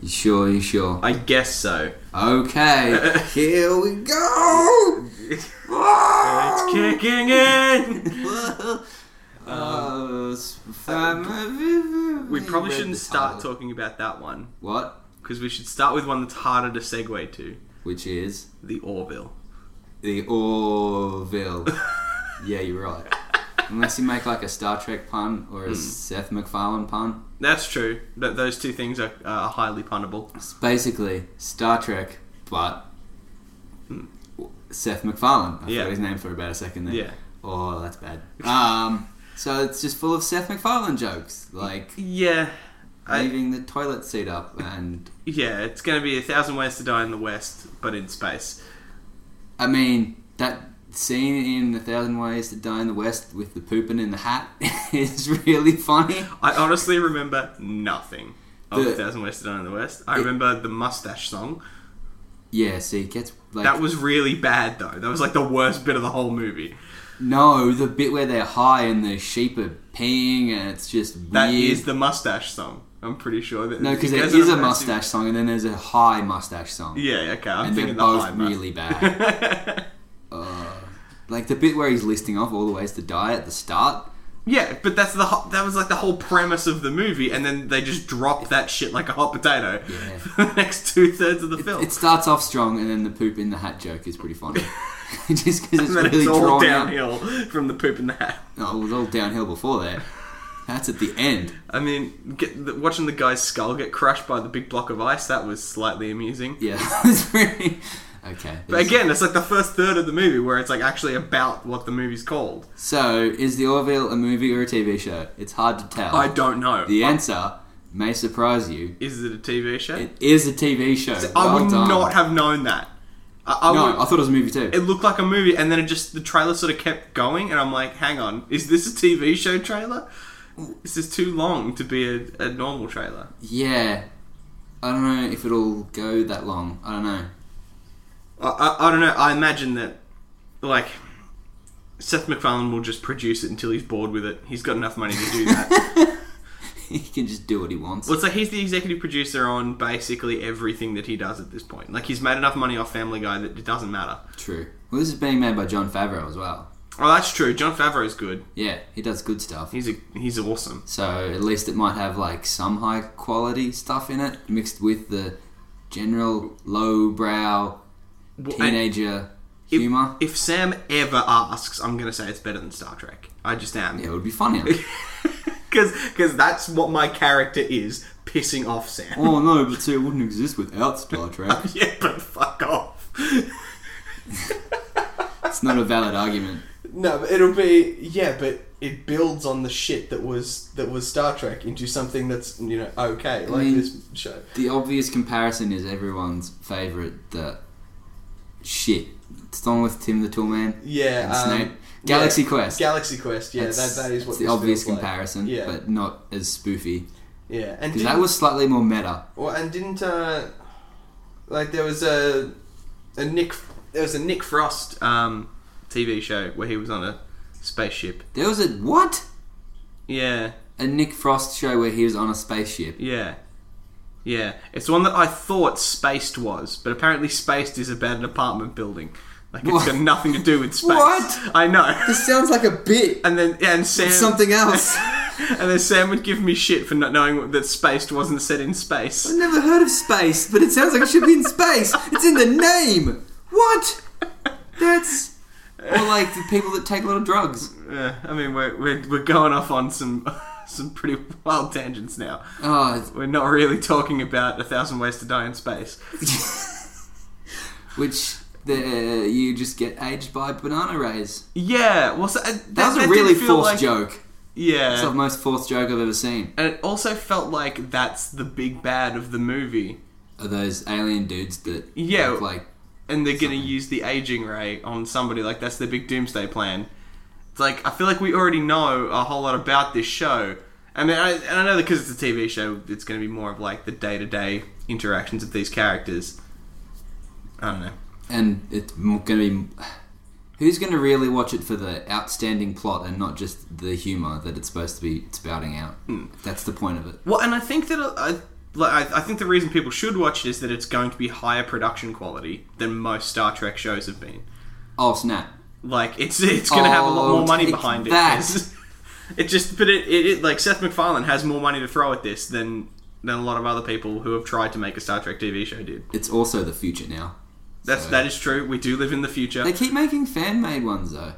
You sure? You sure? I guess so. Okay. Here we go. Ah! It's kicking in. Uh, s- fam- We probably Read shouldn't the start title. talking about that one What? because we should start with one that's harder to segue to: Which is the Orville. the Orville. yeah, you're right. Unless you make like a Star Trek pun Hmm. or a Seth MacFarlane pun. That's true. Th- Those two things are, are highly punnable. It's basically Star Trek, but Seth MacFarlane. I Yeah. forgot his name for about a second there. Yeah. Oh, that's bad. Um, so it's just full of Seth MacFarlane jokes, like Yeah. I, leaving the toilet seat up, and yeah, it's going to be a thousand ways to die in the West, but in space. I mean that scene in A Thousand Ways to Die in the West with the pooping in the hat is really funny. I honestly remember nothing of The- A Thousand Ways to Die in the West. I remember the mustache song. Yeah, see, it gets like That was really bad, though. That was like the worst bit of the whole movie. no the bit where they're high and the sheep are peeing, and it's just That is weird. the mustache song. I'm pretty sure that No, because there there's is an a immersive- mustache song, and then there's a high mustache song, Yeah, okay. I'm and they're thinking both the high must- really bad. uh, like the bit where he's listing off all the ways to die at the start. yeah, but that's the ho- that was like the whole premise of the movie, and then they just dropped that shit like a hot potato Yeah. for the next two thirds of the film. It starts off strong, and then the poop in the hat joke is pretty funny. Just because it's and then really it's all drawn out. downhill from the poop in the hat. No, it was all downhill before that. That's at the end. I mean, get, the, watching the guy's skull get crushed by the big block of ice that was slightly amusing. Yeah, it's pretty. Okay. But again, it's like the first third of the movie where it's like actually about what the movie's called. so is the Orville a movie or a TV show? It's hard to tell. I don't know. the answer may surprise you. Is it a TV show? It is a TV show. I Well would done. not have known that. I, I No, would, I thought it was a movie too. it looked like a movie, and then it just the trailer sort of kept going, and I'm like, hang on, is this a TV show trailer? This is too long to be a, a normal trailer. Yeah. I don't know if it'll go that long. I don't know. I, I, I don't know. I imagine that, like, Seth MacFarlane will just produce it until he's bored with it. He's got enough money to do that. he can just do what he wants. well, it's like he's the executive producer on basically everything that he does at this point. Like, he's made enough money off Family Guy that it doesn't matter. True. Well, this is being made by John Favreau as well. Oh, that's true. John Favreau's good. Yeah, he does good stuff. He's a, he's awesome. So at least it might have like some high quality stuff in it mixed with the general lowbrow Well, and- teenager If- humor. If, Sam ever asks, I'm going to say it's better than Star Trek. I just am. yeah, it would be funnier. Because that's what my character is pissing off Sam. oh no, but see, it wouldn't exist without Star Trek. yeah, but fuck off. It's not a valid argument. no, but it'll be yeah, but it builds on the shit that was that was Star Trek into something that's you know okay, like mean- this show. The obvious comparison is everyone's favorite, the shit. It's the one with Tim the Toolman. Yeah, It's um, Snape. Galaxy yeah, Quest. Galaxy Quest. Yeah, That's- that, that is that's what the this obvious feels like. comparison, Yeah, but not as spoofy. yeah, and Because didn't- that was slightly more meta. Well, and didn't uh, like there was a a Nick there was a Nick Frost um, TV show where he was on a spaceship. There was a what? Yeah, A Nick Frost show where he was on a spaceship. yeah, yeah. It's one that I thought Spaced was, but apparently Spaced is about an apartment building. Like it's What? got nothing to do with space. What? I know. This sounds like a bit. And then yeah, and Sam Something else. and then Sam would give me shit for not knowing that Spaced wasn't set in space. I've never heard of space, but it sounds like it should be in space. It's in the name. What? That's. Or like the people that take a lot of drugs. Uh, I mean, we're, we're we're going off on some some pretty wild tangents now. Oh, We're not really talking about a thousand ways to die in space. which the, uh, you just get aged by banana rays. Yeah, well, so, uh, that, That was that a did really feel forced like- joke. It's the Yeah, most forced joke I've ever seen. and it also felt like that's the big bad of the movie, Are those alien dudes that Yeah. look like and they're gonna use the aging ray on somebody. Like that's their big doomsday plan. It's like I feel like we already know a whole lot about this show. I mean, I, and I know that because it's a TV show, it's gonna be more of like the day to day interactions of these characters. I don't know. and it's going to be who's going to really watch it for the outstanding plot and not just the humor that it's supposed to be spouting out that's the point of it Well, and I think that uh, I, like, I, I think the reason people should watch it is that it's going to be higher production quality than most Star Trek shows have been. Oh snap! Like it's it's going to have a lot Oh, more money take behind that. it. It's- It just, but it, it, it like Seth MacFarlane has more money to throw at this than than a lot of other people who have tried to make a Star Trek TV show did. It's also the future now. That's So- that is true. We do live in the future. They keep making fan made ones though,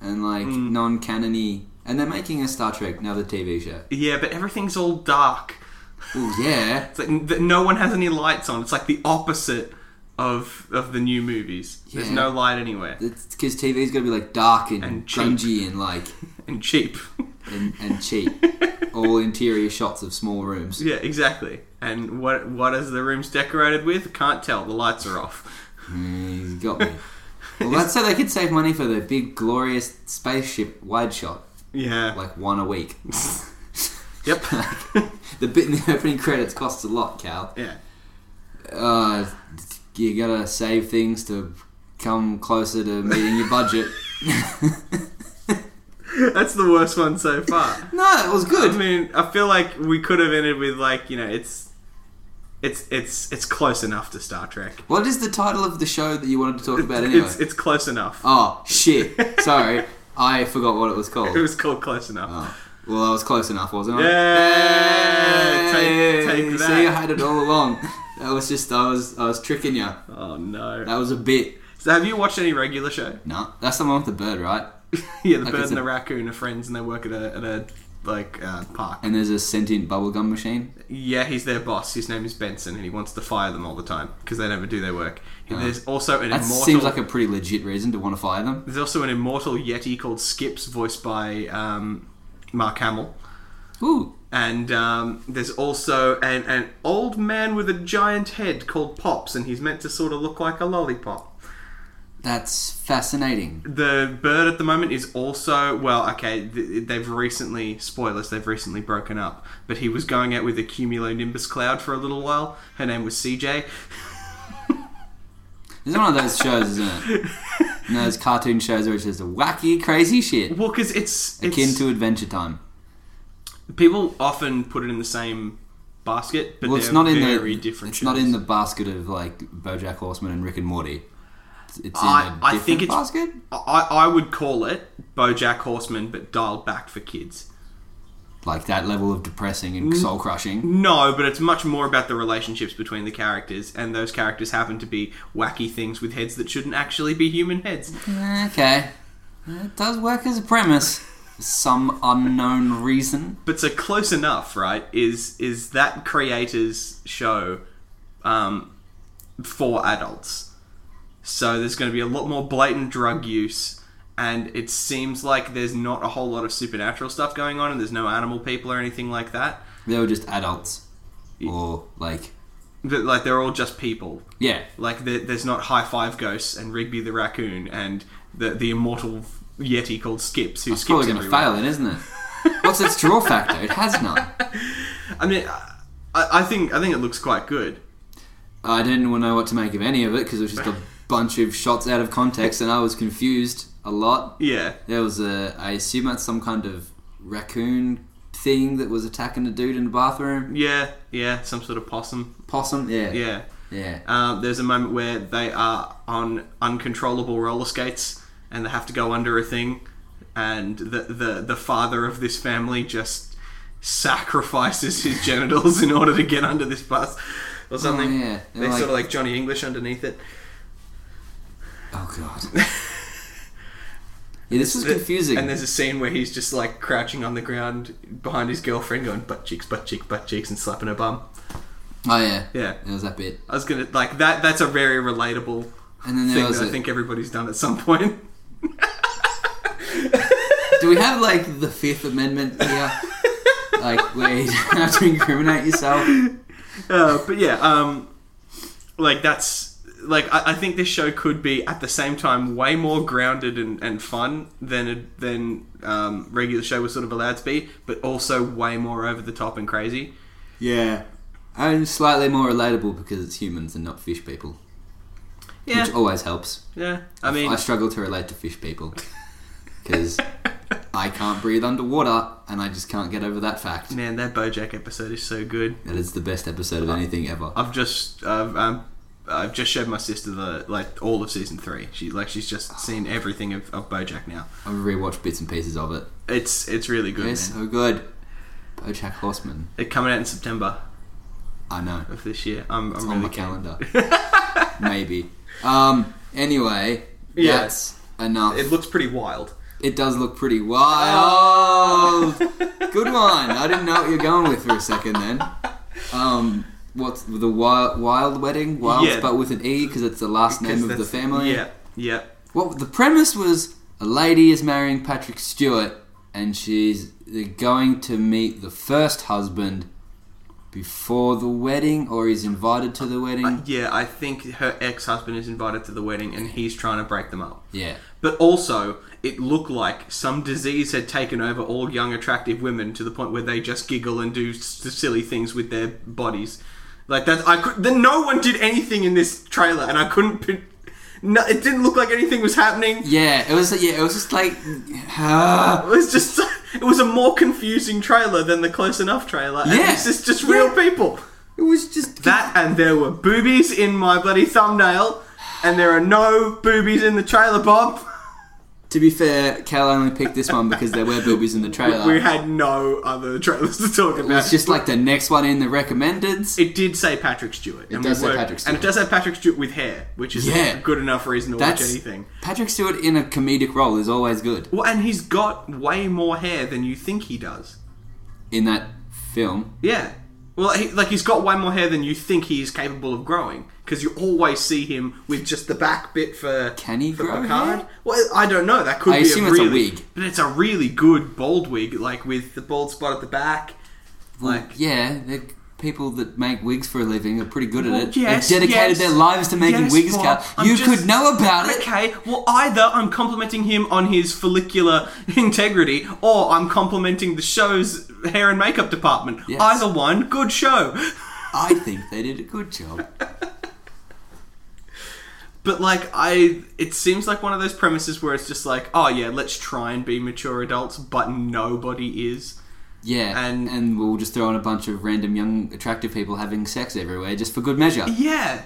and like non canony, and they're making a Star Trek another TV show. yeah, but everything's all dark. Oh yeah, It's like n- th- no one has any lights on. It's like the opposite of of the new movies. There's Yeah. no light anywhere because TV's gonna be like dark and, And cheap. grungy and like and cheap. and, and cheap. All interior shots of small rooms. yeah, exactly. And what what is the rooms decorated with? Can't tell. The lights are off. Mm, he's got me. Well, that's so they could save money for the big glorious spaceship wide shot, Yeah. like one a week. Yep. the bit in the opening credits costs a lot, Cal. yeah. Uh, you gotta save things to come closer to meeting your budget. That's the worst one so far. no, it was I good. mean, I feel like we could have ended with like you know it's. It's, it's it's close enough to Star Trek. What is the title of the show that you wanted to talk about anyway? It's, it's close enough. oh shit! Sorry, I forgot what it was called. It was called Close Enough. Oh, well, I was close enough, wasn't I? Yeah, take- take Hey, that. See, I had it all along. That was just I was I was tricking you. Oh no! That was a bit. So have you watched any regular show? No, that's the one with the bird, right? yeah, the Like bird it's and a- the raccoon are friends, and they work at a at a like uh, park. And there's a sentient bubblegum machine. Yeah, he's their boss. His name is Benson, and he wants to fire them all the time because they never do their work. And there's also an Oh. That immortal. seems like a pretty legit reason to want to fire them. there's also an immortal yeti called Skips, voiced by um, Mark Hamill. Ooh, And um, there's also an, an old man with a giant head called Pops, and he's meant to sort of look like a lollipop. that's fascinating. The bird at the moment is also well, okay. th- They've recently spoilers. They've recently broken up, but he was going out with a cumulonimbus cloud for a little while. Her name was CJ. It's one of those shows, isn't it? And those cartoon shows where it's just wacky, crazy shit, Well, because it's, it's akin to Adventure Time. people often put it in the same basket, but Well, they're it's not in very the different. it's not shows. in the basket of like BoJack Horseman and Rick and Morty. It's in a I- I different think it's- basket. I, I would call it BoJack Horseman, but dialed back for kids. like that level of depressing Mm. and soul crushing. No, but it's much more about the relationships between the characters, and those characters happen to be wacky things with heads that shouldn't actually be human heads. Okay, it does work as a premise. For some unknown reason. But so close enough, right? Is is that creator's show um, for adults? So there's going to be a lot more blatant drug use, and it seems like there's not a whole lot of supernatural stuff going on, and there's no animal people or anything like that. They were just adults, or like But like they're all just people. yeah, Like there, there's not High Five Ghosts and Rigby the Raccoon and the the immortal yeti called Skips who it's skips probably going to everywhere. fail, then, isn't it? What's its draw factor? It has none. I mean, I, I think I think it looks quite good. I didn't want to know what to make of any of it because it was just a bunch of shots out of context, and I was confused a lot. Yeah. There was a, I assume that's some kind of raccoon thing that was attacking a dude in the bathroom. Yeah, yeah, some sort of possum. Possum, Yeah. yeah. Um, there's a moment where they are on uncontrollable roller skates and they have to go under a thing, and the the, the father of this family just sacrifices his genitals in order to get under this bus or something. Oh, yeah. They're They like- sort of like Johnny English underneath it. Oh god. yeah, this was confusing. And there's a scene where he's just like crouching on the ground behind his girlfriend, going butt cheeks, butt cheek, butt cheeks, and slapping her bum. oh yeah. Yeah, There was that bit. I was gonna like that. That's a very relatable And then there thing was that I a- think everybody's done at some point. Do we have like the Fifth Amendment here? like where you don't have to incriminate yourself. Uh, but yeah, um, like that's like I, I think this show could be at the same time way more grounded and, and fun than it, than um, regular show was sort of allowed to be, but also way more over the top and crazy. Yeah. And slightly more relatable because it's humans and not fish people, Yeah, which always helps. yeah. I mean, I struggle to relate to fish people because I can't breathe underwater, and I just can't get over that fact. Man, that BoJack episode is so good. That is the best episode of anything ever. I've just I've, um, I've just showed my sister the like all of season three. She like she's just seen everything of, of BoJack now. I've rewatched bits and pieces of it. It's it's really good. It's man. so good. BoJack Horseman. It's coming out in September I know. of this year. I'm, I'm It's really on my keen. calendar. Maybe. Um. Anyway, Yeah. that's enough. It looks pretty wild. It does look pretty wild. Good one. I didn't know what you're going with for a second then. Um, what's the wild, wild wedding? Wild, Yeah. but with an E because it's the last name of the Because that's- family. Yeah, yeah. What the premise was: a lady is marrying Patrick Stewart, and she's going to meet the first husband before the wedding, or he's invited to the wedding. Yeah, I think her ex husband is invited to the wedding and he's trying to break them up. yeah. But also, it looked like some disease had taken over all young, attractive women to the point where they just giggle and do s- silly things with their bodies. Like that, I could. Then no one did anything in this trailer, and I couldn't. Pin, no, it didn't look like anything was happening. Yeah, it was. Yeah, it was just like, It was just. It was a more confusing trailer than the Close Enough trailer. And Yeah. this is just real Yeah. people. it was just That and there were boobies in my bloody thumbnail, and there are no boobies in the trailer, Bob. To be fair, Cal only picked this one because there were boobies in the trailer. We had no other trailers to talk about. it's just like the next one in the recommendeds. It did say Patrick Stewart. It does say Patrick Stewart. And it does say Patrick Stewart with hair, which is Yeah. a good enough reason to That's watch anything. Patrick Stewart in a comedic role is always good. Well, and he's got way more hair than you think he does. In that film, Yeah. Well, he, like he's got way more hair than you think he is capable of growing, because you always see him with just the back bit for. Can he for grow hair? Well, I don't know. That could I be assume a it's a really, wig. but it's a really good bald wig, like with the bald spot at the back. Like, yeah, the people that make wigs for a living are pretty good at Well, it. yes, They've dedicated yes. their lives to making Yes, wigs, Bob, Cal. I'm You just- could know about it. Okay, well, either I'm complimenting him on his follicular integrity, or I'm complimenting the show's hair and makeup department. Yes. Either one, good show. I think they did a good job. But like, I, it seems like one of those premises where it's just like, oh yeah, let's try and be mature adults, but nobody is. Yeah, and And- and we'll just throw in a bunch of random young attractive people having sex everywhere just for good measure. Yeah.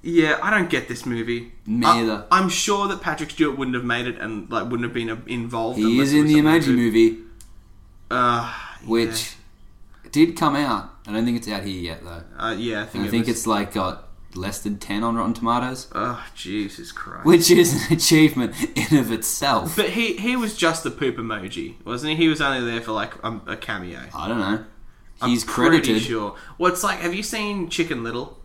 Yeah, I don't get this movie. Me I- either. I'm sure that Patrick Stewart wouldn't have made it and like wouldn't have been uh, involved. He unless is it in was the something Emoji good. Movie. Uh, yeah. which did come out. I don't think it's out here yet though. Uh, yeah, I think, I it think was- it's like got less than ten on Rotten Tomatoes, Oh, Jesus Christ. which is an achievement in of itself. But he he was just the poop emoji, wasn't he? He was only there for like um, a cameo. I don't know. He's Pretty credited. sure. What's like? Have you seen Chicken Little,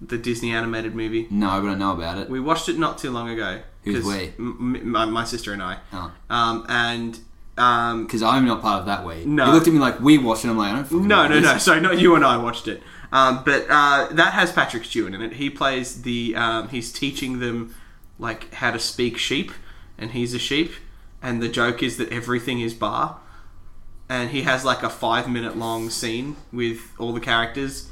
the Disney animated movie? No, but I know about it. We watched it not too long ago. Who's 'cause we? M- m- my, my sister and I. Oh. Um, and um, Because I'm not part of that way. No. He looked at me like we watched it. I'm like, I don't. Fucking no, know no, this. no. Sorry, not you and I watched it. Um, but uh, that has Patrick Stewart in it. He plays the. Um, he's teaching them like how to speak sheep, and he's a sheep. And the joke is that everything is bar. And he has like a five minute long scene with all the characters.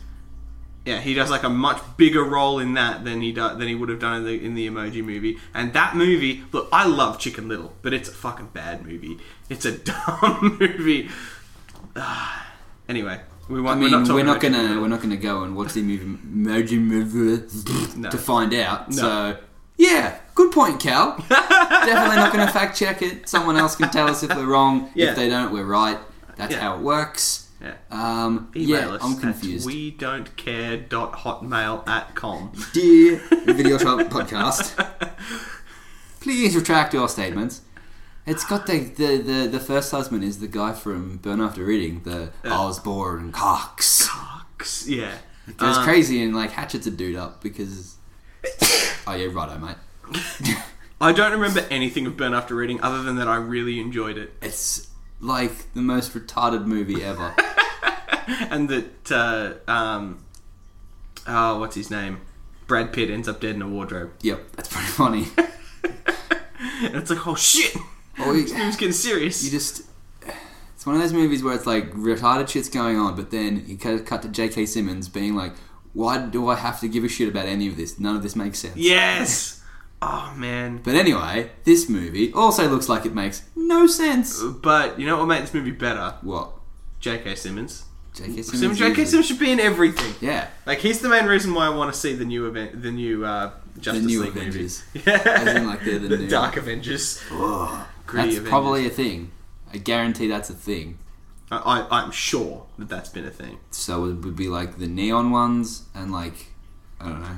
Yeah, he does like a much bigger role in that than he do- than he would have done in the in the Emoji Movie. And that movie, look, I love Chicken Little, but it's a fucking bad movie. It's a dumb movie. Ah, anyway, we I want. mean, we're not, talking we're not about Chicken gonna Little. we're not gonna go and watch the movie Emoji Movie No. to find out. No. So yeah, good point, Cal. Definitely not gonna fact check it. Someone else can tell us if we're wrong. Yeah. If they don't, we're right. That's Yeah. how it works. Yeah. Um, Email yeah, us I'm at confused. we don't care dot hotmail at com. Dear Video Shop Podcast, please retract your statements. It's got the, the, the, the first husband is the guy from Burn After Reading, the Osborne Cox. Fucks, Yeah. Uh, It Um, was crazy and like hatchets a dude up because. oh yeah, righto, mate. I don't remember anything of Burn After Reading other than that I really enjoyed it, It's like the most retarded movie ever. and that uh, um, oh, what's his name? Brad Pitt ends up dead in a wardrobe. yep, that's pretty funny. And it's like, oh shit, Oh, this you, movie's getting serious. you just. It's one of those movies where it's like retarded shit's going on, but then you cut, cut to J.K. Simmons being like, why do I have to give a shit about any of this? None of this makes sense. yes, Oh man. But anyway, this movie also looks like it makes no sense. But you know what made this movie better? What? J.K. Simmons. J.K. Sim, Simmons. J.K. uses- Simmons should be in everything. Yeah. Like he's the main reason why I want to see the new event, the new uh, Justice new League Avengers. movie. Yeah, As in, like, they're the new- Dark Avengers. Ugh. Gritty That's Avengers. probably a thing. I guarantee that's a thing. I, I, I'm sure that that's been a thing. So it would be like the neon ones and like I don't know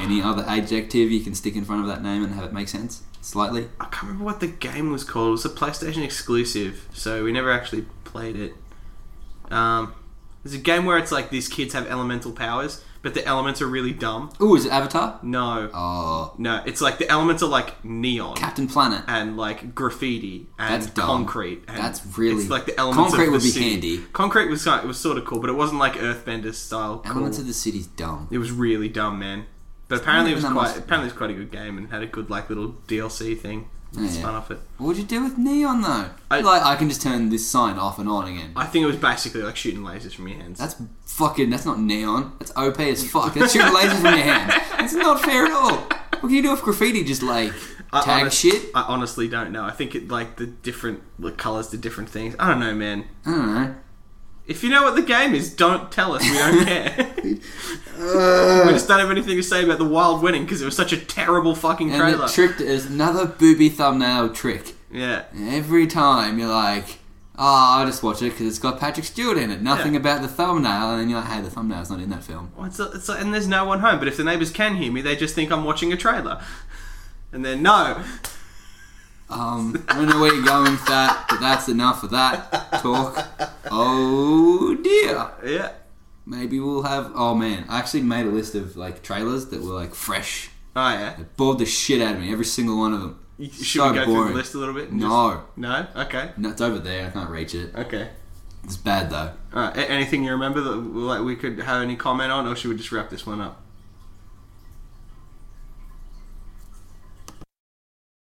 any other adjective you can stick in front of that name and have it make sense slightly. I can't remember what the game was called. It was a PlayStation exclusive, so we never actually played it. Um, there's a game where it's like these kids have elemental powers, but the elements are really dumb. Ooh, is it Avatar? No, Oh, no, it's like the elements are like neon Captain Planet. and like graffiti and That's dumb. concrete. And That's really- it's like the elements. Concrete of the would be city. handy. Concrete was kind it was sort of cool, but it wasn't like Earthbender style. Elements cool. of the city's dumb. It was really dumb, man. But apparently it was not quite much- apparently it was quite a good game and had a good like little DLC thing. Yeah. Spun off it. What would you do with neon though? I- like I can just turn this sign off and on again. I think it was basically like shooting lasers from your hands. That's fucking. That's not neon. That's OP as fuck. That's shooting lasers from your hand. It's not fair at all. What can you do if graffiti just like I tag honest- shit? I honestly don't know. I think it like the different the colors, the different things. I don't know, man. I don't know. If you know what the game is, don't tell us. We don't care. we just don't have anything to say about the wild winning because it was such a terrible fucking And trailer. it tricked is another booby thumbnail trick. yeah. Every time you're like, oh, I'll just watch it because it's got Patrick Stewart in it. Nothing Yeah. about the thumbnail. And then you're like, hey, the thumbnail's not in that film. Well, it's, it's, and there's no one home. But if the neighbors can hear me, they just think I'm watching a trailer. And then no. Um, I don't know where you're going with that, but that's enough of that talk. Oh dear. Yeah. Maybe we'll have. Oh man, I actually made a list of like trailers that were like fresh. Oh yeah. It bored the shit out of me. Every single one of them. Should so we go through boring. the list a little bit? and just- No, No. Okay. no, it's over there. I can't reach it. Okay. It's bad though. Uh, All right, a- anything you remember that like we could have any comment on, or should we just wrap this one up?